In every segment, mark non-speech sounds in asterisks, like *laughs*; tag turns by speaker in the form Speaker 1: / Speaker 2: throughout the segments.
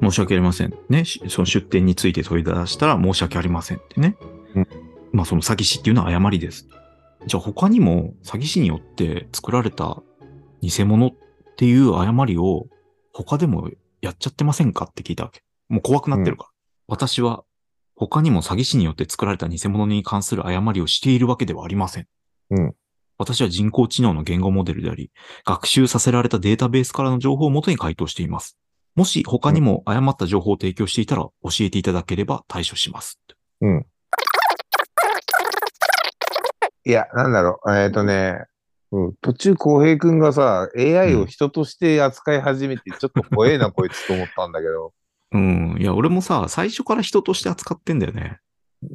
Speaker 1: 申し訳ありません。ね、しその出店について問い出したら申し訳ありませんってね。
Speaker 2: うん
Speaker 1: まあその詐欺師っていうのは誤りです。じゃあ他にも詐欺師によって作られた偽物っていう誤りを他でもやっちゃってませんかって聞いたわけ。もう怖くなってるから。私は他にも詐欺師によって作られた偽物に関する誤りをしているわけではありません。
Speaker 2: うん
Speaker 1: 私は人工知能の言語モデルであり、学習させられたデータベースからの情報をもとに回答しています。もし他にも誤った情報を提供していたら教えていただければ対処します。
Speaker 2: うん。いや、なんだろう。えっ、とね、うん、途中、浩平くんがさ、AI
Speaker 1: うん
Speaker 2: を人として扱い始めて、ちょっと怖
Speaker 1: *laughs*
Speaker 2: えな、こいつと思ったんだけど。
Speaker 1: うん。いや、俺もさ、最初から人として扱ってんだよね。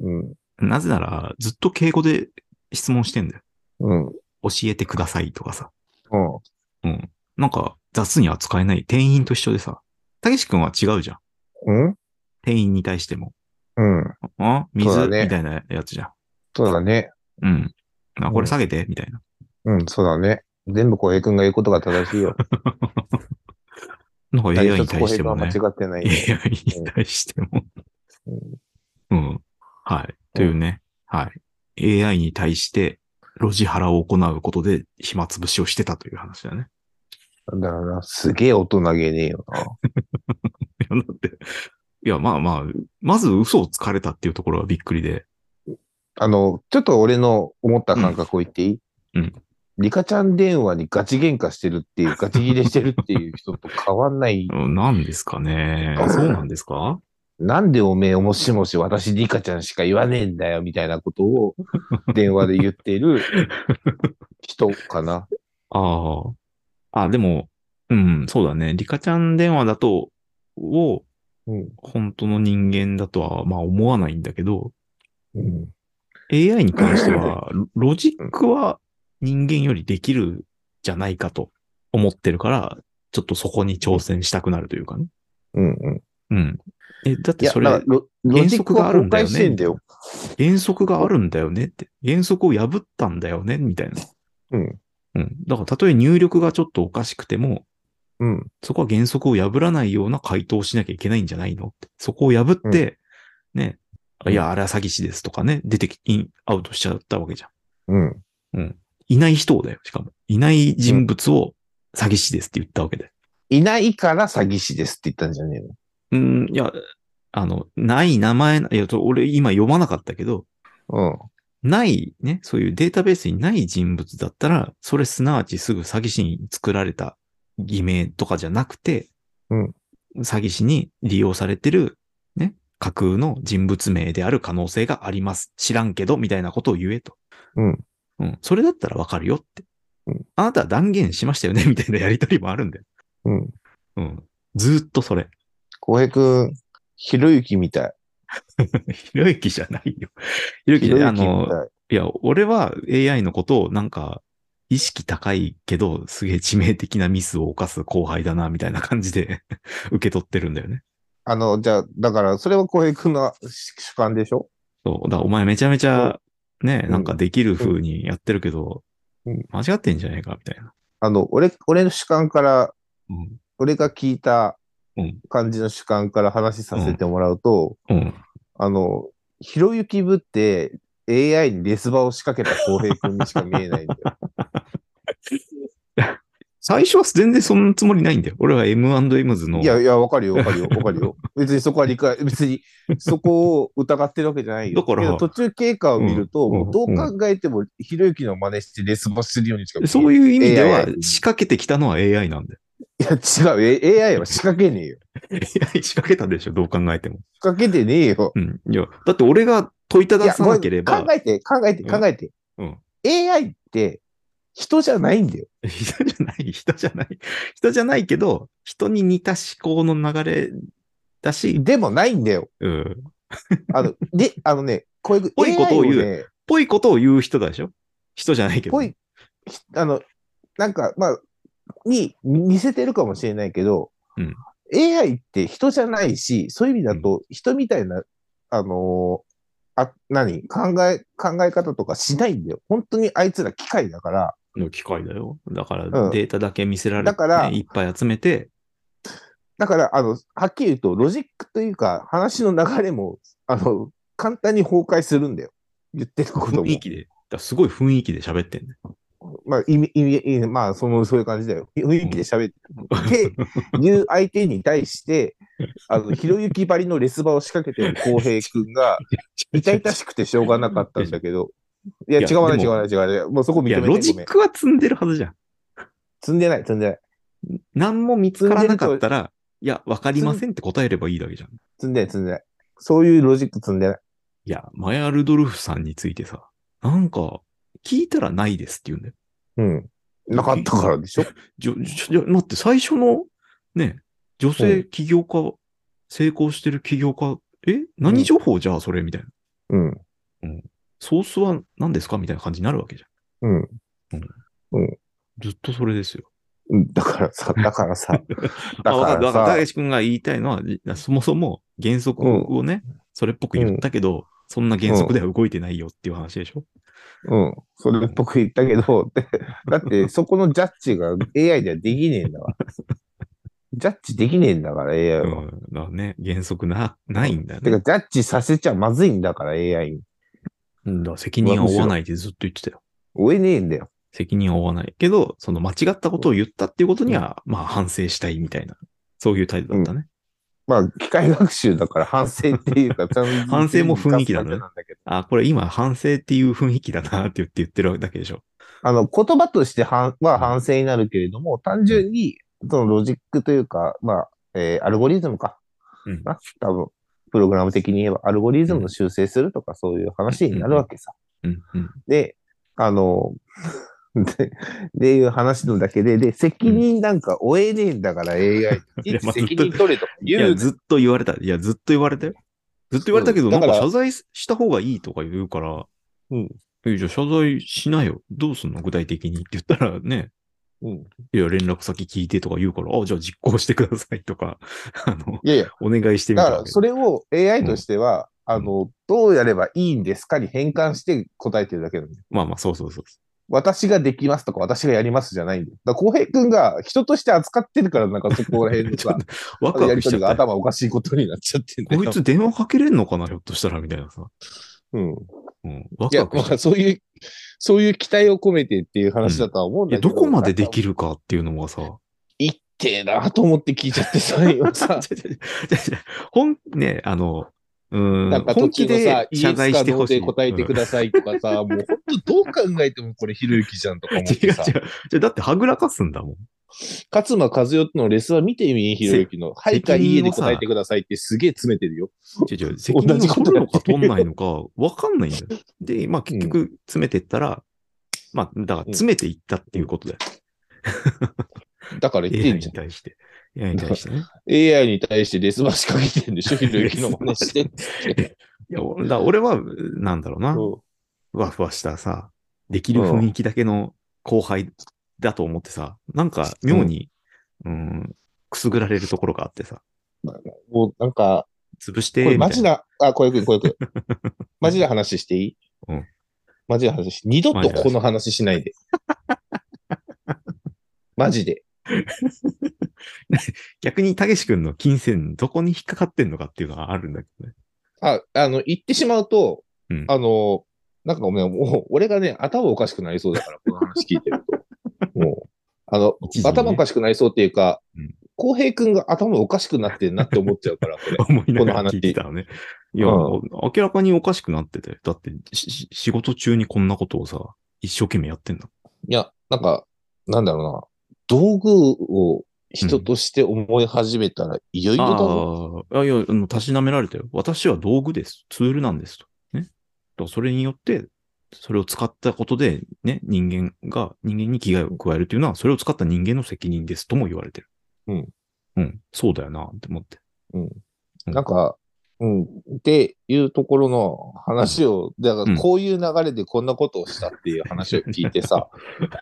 Speaker 2: うん。
Speaker 1: なぜなら、ずっと敬語で質問してんだよ。
Speaker 2: うん。
Speaker 1: 教えてくださいとかさ。
Speaker 2: う
Speaker 1: う
Speaker 2: ん。
Speaker 1: ん。なんか、雑に扱えない店員と一緒でさ。たけし君は違うじゃん。
Speaker 2: うん
Speaker 1: 店員に対しても。
Speaker 2: うん。
Speaker 1: あ
Speaker 2: そう
Speaker 1: 水、
Speaker 2: だね
Speaker 1: みたいなやつじゃん。
Speaker 2: そうだね。
Speaker 1: うん。あ、これ下げて、みたいな。
Speaker 2: うん、そうだね。全部浩平くんが言うことが正し
Speaker 1: *laughs*
Speaker 2: いよ。
Speaker 1: なんか AI に対しても
Speaker 2: 何
Speaker 1: ね
Speaker 2: 一つ。浩平くんは間違ってないよ。
Speaker 1: AI に対しても。うん。はい。というね。はい。AI に対して、路地腹を行うことで暇つぶしをしてたという話だね。 *laughs*
Speaker 2: なんだろうな。すげえ大人げねえよな。
Speaker 1: いや、だって、いや、まあまあ、まず嘘をつかれたっていうところはびっくりで。
Speaker 2: あの、ちょっと俺の思った感覚を言っていい
Speaker 1: うん。
Speaker 2: リカちゃん電話にガチ喧嘩してるっていう、ガチ切れしてるっていう人と変わんない。
Speaker 1: うんなんですかね。そうなんですか
Speaker 2: なんでおめえ、もしもし、私リカちゃんしか言わねえんだよ、みたいなこと
Speaker 1: *laughs*
Speaker 2: を電話で言ってる人
Speaker 1: *laughs*
Speaker 2: かな。
Speaker 1: ああ。あ、でも、うん、そうだね。リカちゃん電話だと、を、
Speaker 2: うん。
Speaker 1: 本当の人間だとは、まあ思わないんだけど、
Speaker 2: うん。
Speaker 1: AI に関して
Speaker 2: *laughs*
Speaker 1: は、ロロジックは人間よりできるじゃないかと思ってるから、ちょっとそこに挑戦したくなるというかね。
Speaker 2: うん。うん。
Speaker 1: うん。え、だっ
Speaker 2: い
Speaker 1: て
Speaker 2: や、
Speaker 1: そ
Speaker 2: だ
Speaker 1: れ
Speaker 2: からロロ
Speaker 1: 原
Speaker 2: ジック
Speaker 1: 則
Speaker 2: が
Speaker 1: があるん
Speaker 2: 崩
Speaker 1: だよね
Speaker 2: 壊してんだよ。
Speaker 1: 原則があるんだよねって。原則を破ったんだよねみたいな。
Speaker 2: うん。
Speaker 1: うん。だからたとえ入力がちょっとおかしくても、
Speaker 2: うん。
Speaker 1: そこは原則を破らないような回答をしなきゃいけないんじゃないのって。そこを破って、ね、
Speaker 2: うん
Speaker 1: いや、あれは詐欺師ですとかね、出てき、イン、アウトしちゃったわけじゃん。
Speaker 2: うん。
Speaker 1: いない人をだよ、しかも。いない人物を詐欺師ですって言ったわけで。
Speaker 2: いないから詐欺師ですって言ったんじゃねえの。
Speaker 1: うん、いや、あの、ない名前な、いや、と俺今読まなかったけど、
Speaker 2: うん。
Speaker 1: ない、ね、そういうデータベースにない人物だったら、それすなわちすぐ詐欺師に作られた偽名とかじゃなくて、
Speaker 2: うん
Speaker 1: 詐欺師に利用されてる、ね、架空の人物名である可能性があります。知らんけど、みたいなことを言えと。
Speaker 2: うん。
Speaker 1: うん。それだったらわかるよって。
Speaker 2: うん
Speaker 1: あなたは断言しましたよね、み *laughs* たいなやりとりもあるんだよ。
Speaker 2: うん。
Speaker 1: うん。ずーっとそれ。 *laughs*
Speaker 2: 浩平くん、ひろゆきみたい。
Speaker 1: ひろゆきじゃないよ。ひろゆき
Speaker 2: ひ
Speaker 1: じ
Speaker 2: ろ
Speaker 1: ゃない。
Speaker 2: ゆ
Speaker 1: あ
Speaker 2: き
Speaker 1: の、
Speaker 2: みたい。
Speaker 1: いや、俺は AI のことをなんか、意識高いけど、すげえ致命的なミスを犯す後輩だな、みたいな感じで *laughs* 受け取ってるんだよね。
Speaker 2: あの、じゃあ、だから、それは浩平くんの主主観でしょ
Speaker 1: そう。だからお前めちゃめちゃ、ね、
Speaker 2: うん
Speaker 1: なんかできる風にやってるけど、
Speaker 2: うん
Speaker 1: 間違ってんじゃねえか、みたいな。
Speaker 2: あの、俺、俺の主観から、
Speaker 1: うん。
Speaker 2: 俺が聞いた
Speaker 1: うん
Speaker 2: 感じの主観から話させてもらうと、
Speaker 1: うん。
Speaker 2: あの、ひろゆき部って AI にレスバを仕掛けた浩平くんにしか見えない
Speaker 1: *laughs*
Speaker 2: んだよ。
Speaker 1: 最初は全然そんなつもりないんだよ。俺は M&M's の。
Speaker 2: いやいや、わかるよ、わかるよ、わかるよ。別にそこは理解、別にそこを疑ってるわけじゃないよ。
Speaker 1: だから
Speaker 2: けど途中経過を見ると、
Speaker 1: うん
Speaker 2: もうどう考えてもひろゆきの真似してレスバするようにしか見えない。
Speaker 1: そういう意味では
Speaker 2: AI、
Speaker 1: 仕掛けてきたのは AI なん
Speaker 2: *laughs*
Speaker 1: だよ。
Speaker 2: いや、違う、A- AI は仕掛けねえよ。
Speaker 1: AI 仕掛けたでしょ、どう考えても。
Speaker 2: 仕掛けてねえよ。
Speaker 1: うん。いや、だって俺が問いた
Speaker 2: い
Speaker 1: だ
Speaker 2: や
Speaker 1: さなければ
Speaker 2: こ。れ考えて、考えて、
Speaker 1: うん
Speaker 2: 考えて。
Speaker 1: うん
Speaker 2: AI って人じゃないんだよ。
Speaker 1: *laughs* 人じゃない、人じゃない、人じゃないけど、人に似た思考の流れだし、
Speaker 2: でもないんだよ。
Speaker 1: うん。
Speaker 2: あの、で、あのね、こういう、
Speaker 1: ぽいことを言う
Speaker 2: AI ね。
Speaker 1: ぽいことを言う人だでしょ人じゃないけど。
Speaker 2: ぽい、ひあの、なんか、まあ、に似せてるかもしれないけど、
Speaker 1: うん、
Speaker 2: AI って人じゃないし、そういう意味だと人みたいな、あのーあ、何考え、考え方とかしないんだよ。本当にあいつら機械だから、
Speaker 1: の機械だよ。だから
Speaker 2: うん
Speaker 1: データだけ見せられて、
Speaker 2: だから
Speaker 1: いっぱい集めて、
Speaker 2: だから、あの、はっきり言うと、ロジックというか、話の流れも、あの、簡単に崩壊するんだよ。言ってることも
Speaker 1: 雰。囲気で、だからすごい雰囲気で喋ってんね。
Speaker 2: まあ、意味、意味、意味まあ、その、そういう感じだよ。雰囲気で喋
Speaker 1: *laughs*
Speaker 2: って、っていう相手に対して、あの、ひろゆきばりのレスバを仕掛けてる浩平君が、痛々しくてしょうがなかったんだけど、いや、
Speaker 1: いや
Speaker 2: 違わない、
Speaker 1: で
Speaker 2: 違
Speaker 1: も
Speaker 2: わない、違わない。もうそこ認
Speaker 1: い
Speaker 2: め
Speaker 1: や、
Speaker 2: ない。ご
Speaker 1: ロ
Speaker 2: めん
Speaker 1: ジックは積んでるはずじゃん。
Speaker 2: 積んでない、積んでない。
Speaker 1: 何も見つからなかったら、いや、わかりませんって答えればいいだけじゃん。
Speaker 2: 積んでない、積んでない。そういうロジック積んでない。
Speaker 1: いや、マヤ・ルドルフさんについてさ、なんか、聞いたらないですって言うんだよ。
Speaker 2: うん。なかったからでし
Speaker 1: *laughs*
Speaker 2: ょ
Speaker 1: じょ、じょ、待って、最初の、ね、女性起業家、成功してる起業家、え何情報じゃあ、それみたいな。
Speaker 2: うん。
Speaker 1: ソースは何ですかみたいな感じになるわけじゃん。
Speaker 2: うん。
Speaker 1: うん。
Speaker 2: う
Speaker 1: ずっとそれですよ。
Speaker 2: うんだから
Speaker 1: *laughs*
Speaker 2: さ、だからさ、だ
Speaker 1: あわ
Speaker 2: か
Speaker 1: かるわ
Speaker 2: ら
Speaker 1: かる。た
Speaker 2: さ
Speaker 1: け、し君が言いたいのは、じそもそも原則をね、それっぽく言ったけど、そんな原則では動いてないよっていう話でしょ、
Speaker 2: うん。それっぽく言ったけど、 *laughs* でだってそこのジャッジが AI ではできねえんだから。ジャッジできねえんだから AI
Speaker 1: う
Speaker 2: は。
Speaker 1: ん、だからね、原則な、ないんだよ
Speaker 2: て
Speaker 1: ね。
Speaker 2: か、ジャッジさせちゃまずいんだから AI に。
Speaker 1: うん、だから責任は負わないってずっと言ってたよ。
Speaker 2: 追えねえんだよ。
Speaker 1: 責任は負わない。けど、その間違ったことを言ったっていうことには、まあ反省したいみたいな、そういう態度だったね。
Speaker 2: まあ、機械学習だから反省ってい
Speaker 1: *laughs*
Speaker 2: うか、ちゃんと
Speaker 1: 反省も雰囲気だね
Speaker 2: 活発なんだけど
Speaker 1: あ、これ今反省っていう雰囲気だなって言って言ってるだけでしょ。
Speaker 2: あの、言葉としてはは反省になるけれども、単純に、そのロジックというか、まあ、えーアルゴリズムか。
Speaker 1: うん
Speaker 2: な、多分、プログラム的に言えば、アルゴリズムの修正するとか、そういう話になるわけさ。
Speaker 1: うん、うん。
Speaker 2: で、あの、 *laughs* で、でいう話のだけで、で、責任なんか負えねえんだから AI に。
Speaker 1: いやまあ
Speaker 2: 責任取れとか
Speaker 1: い
Speaker 2: 言
Speaker 1: や、
Speaker 2: う
Speaker 1: ずっと言われた。いや、ずっと言われたよ。ずっと言われたけど、
Speaker 2: うんだから
Speaker 1: なんか謝罪した方がいいとか言うから、
Speaker 2: うん
Speaker 1: えじゃあ謝罪しなよ。どうすんの具体的にって言ったらね、
Speaker 2: うん
Speaker 1: いや、連絡先聞いてとか言うから、あ、じゃあ実行してくださいとか、 *laughs* あの、
Speaker 2: いやいや、
Speaker 1: お願いしてみ
Speaker 2: だ
Speaker 1: た
Speaker 2: か
Speaker 1: わ
Speaker 2: ら
Speaker 1: け
Speaker 2: それを AI としては、
Speaker 1: うん
Speaker 2: あの、どうやればいいんですかに変換して答えてるだけなんだよ
Speaker 1: まあまあ、そうそうそう。
Speaker 2: 私ができますとか、私がやりますじゃないんだよ。だから、浩平君が人として扱ってるから、なんかそこら辺の
Speaker 1: *laughs* ちょ
Speaker 2: さ
Speaker 1: っ、と、ワクワ
Speaker 2: や
Speaker 1: ク
Speaker 2: り
Speaker 1: し
Speaker 2: と
Speaker 1: ちゃ
Speaker 2: り
Speaker 1: っ
Speaker 2: が
Speaker 1: た。
Speaker 2: 頭おかしいことになっちゃってんだよ。
Speaker 1: こいつ電話かけれんのか
Speaker 2: *laughs*
Speaker 1: なひょっとしたらみたいなさ。
Speaker 2: うん。
Speaker 1: うん。ワ
Speaker 2: い
Speaker 1: ク
Speaker 2: や
Speaker 1: ワ、クしちゃ
Speaker 2: まあ、そういう、そういう期待を込めてっていう話だとは思うん
Speaker 1: うい
Speaker 2: だ
Speaker 1: や、
Speaker 2: けど。
Speaker 1: どこまでで
Speaker 2: る
Speaker 1: きるかっていうのがさ。
Speaker 2: いってえなと思って聞いちゃっ
Speaker 1: *laughs*、
Speaker 2: てさ、 *laughs* 今さ
Speaker 1: 違う違う違う違う本、ね、あの、うー、
Speaker 2: なんんか
Speaker 1: 本
Speaker 2: 途
Speaker 1: 気
Speaker 2: 中でさ
Speaker 1: で、
Speaker 2: イエ
Speaker 1: 謝
Speaker 2: スか
Speaker 1: 罪して
Speaker 2: ノ
Speaker 1: ほ
Speaker 2: ー
Speaker 1: しい。
Speaker 2: で答えてくださいとかさ、もう本当どう考えてもこれひろゆきじゃんとか
Speaker 1: うん
Speaker 2: 思
Speaker 1: 違
Speaker 2: っ
Speaker 1: う違
Speaker 2: て
Speaker 1: う
Speaker 2: さ、。
Speaker 1: じゃだってはぐらかすんだもん。
Speaker 2: 勝間和代とのレスは見てみ、ひろゆきの。はいかいいえで答えてくださいってすげえ詰めてるよ。
Speaker 1: 違う違う。責任を
Speaker 2: 同じこ
Speaker 1: 取
Speaker 2: と
Speaker 1: る
Speaker 2: や
Speaker 1: の
Speaker 2: って
Speaker 1: か
Speaker 2: る
Speaker 1: 取んないの
Speaker 2: *laughs*
Speaker 1: か、わかんないんだよ。で、まあ結局、詰めてったら、まあ、だから詰めていったっていうことだよ。
Speaker 2: だから言って
Speaker 1: AI
Speaker 2: ん
Speaker 1: に
Speaker 2: じゃん。
Speaker 1: 対して。AI に対して
Speaker 2: *laughs*
Speaker 1: ね。
Speaker 2: AI に対してレスバ仕掛けてんでしょ、ひろゆきの
Speaker 1: *laughs*
Speaker 2: 真似して。
Speaker 1: いや、俺だから俺は、なんだろうな。
Speaker 2: そ
Speaker 1: ふわふわしたさ、できる雰囲気だけの後輩だと思ってさ、なんか妙に、うん、くすぐられるところがあってさ、
Speaker 2: うもうなんか、
Speaker 1: 潰し
Speaker 2: こ
Speaker 1: て、
Speaker 2: れ
Speaker 1: みた
Speaker 2: マ
Speaker 1: い
Speaker 2: ジ
Speaker 1: な。
Speaker 2: な、あ、小籔君、小籔君。
Speaker 1: *laughs*
Speaker 2: マジな話していい
Speaker 1: うん
Speaker 2: マジな話して、二度とこの話しないで。
Speaker 1: *laughs*
Speaker 2: マジで。
Speaker 1: 逆に、たけし君の金銭、どこに引っかかってんのかっていうのはあるんだけどね。 *laughs*
Speaker 2: あ、あの、言ってしまうと、
Speaker 1: うん
Speaker 2: あの、なんかごめん、もう、俺がね、頭おかしくなりそうだから、この話聞いてる
Speaker 1: *laughs*
Speaker 2: と。もう、あの、
Speaker 1: 一時ね
Speaker 2: 頭おかしくなりそうっていうか
Speaker 1: うん、。
Speaker 2: 浩、平くんが頭おかしくなってんなって思っちゃうから、これ
Speaker 1: 思いな
Speaker 2: この
Speaker 1: がら
Speaker 2: 話
Speaker 1: 聞いてたのね。いや、
Speaker 2: うん
Speaker 1: 明らかにおかしくなってて。だってし、し仕事中にこんなことをさ、一生懸命やってんだ。
Speaker 2: いや、なんか、なんだろうな、道具を人として思い始めたら、いよいよだぞ。
Speaker 1: ああ、いや、あのたしなめられたよ。私は道具です。ツールなんですと。ね。だからそれによって、それを使ったことで、ね、人間が、人間に危害を加えるというのは、それを使った人間の責任ですとも言われてる。
Speaker 2: うん。
Speaker 1: うん。そうだよな、って思って。
Speaker 2: なんか、うん、っていうところの話を、だからこういう流れでこんなことをしたっていう話を聞いてさ、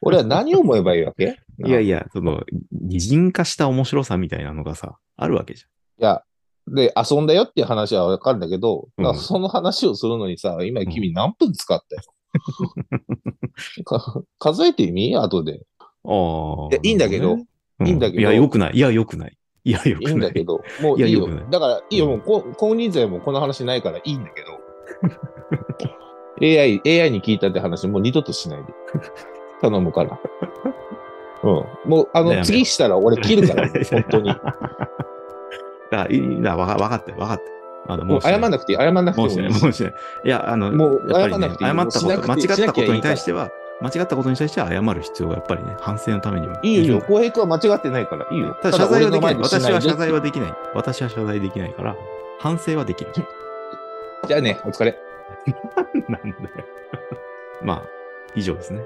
Speaker 2: 俺は何を思えばいいわけ
Speaker 1: いやいや、その、擬人化した面白さみたいなのがさ、あるわけじ
Speaker 2: いや、で、遊んだよっていう話はわかるんだけど、
Speaker 1: うん
Speaker 2: だからその話をするのにさ、今君何分使ったよ。か *laughs* 数えてみ後で。
Speaker 1: ゃん。ああ。
Speaker 2: いやいいんだけど
Speaker 1: なるほね、
Speaker 2: いいんだけど
Speaker 1: いや、よくない。いや、よくない。いや、よ
Speaker 2: いい
Speaker 1: く
Speaker 2: ん
Speaker 1: な
Speaker 2: だけ
Speaker 1: い。
Speaker 2: ど、もういい
Speaker 1: いやよく
Speaker 2: よ
Speaker 1: な。い
Speaker 2: だから、いいよ、もうこ、公認罪もこの話ないからいいんだけど。AI、AI に聞いたって話、もう二度としないで。頼むから。うん。もう、あ
Speaker 1: だよ
Speaker 2: の、
Speaker 1: ね
Speaker 2: 次したら俺切る
Speaker 1: *laughs*
Speaker 2: から、本当に。
Speaker 1: だいいだわかわかったよわかった。あの、
Speaker 2: もう謝んなくていい、謝んなくて
Speaker 1: も
Speaker 2: も
Speaker 1: うしないい、
Speaker 2: いし
Speaker 1: もうしない。いや、あの、
Speaker 2: もう
Speaker 1: やっぱ
Speaker 2: 謝
Speaker 1: り
Speaker 2: んな
Speaker 1: ね
Speaker 2: く、ていい
Speaker 1: 謝った
Speaker 2: しな
Speaker 1: こ
Speaker 2: く
Speaker 1: と、
Speaker 2: て
Speaker 1: 間違ったことに対して
Speaker 2: し
Speaker 1: は、間違ったことに対しては謝る必要がやっぱりね、反省のためには。
Speaker 2: いいよ、いいよ。浩平君は間違ってないから、いいよ。
Speaker 1: ただ謝罪はできない。
Speaker 2: ただ
Speaker 1: 私は謝罪は
Speaker 2: 俺の前でしないで
Speaker 1: できない。私は謝罪できないから、反省はで *laughs* きる。
Speaker 2: じゃあね、お疲れ。
Speaker 1: *laughs* なんで。まあ、以上ですね。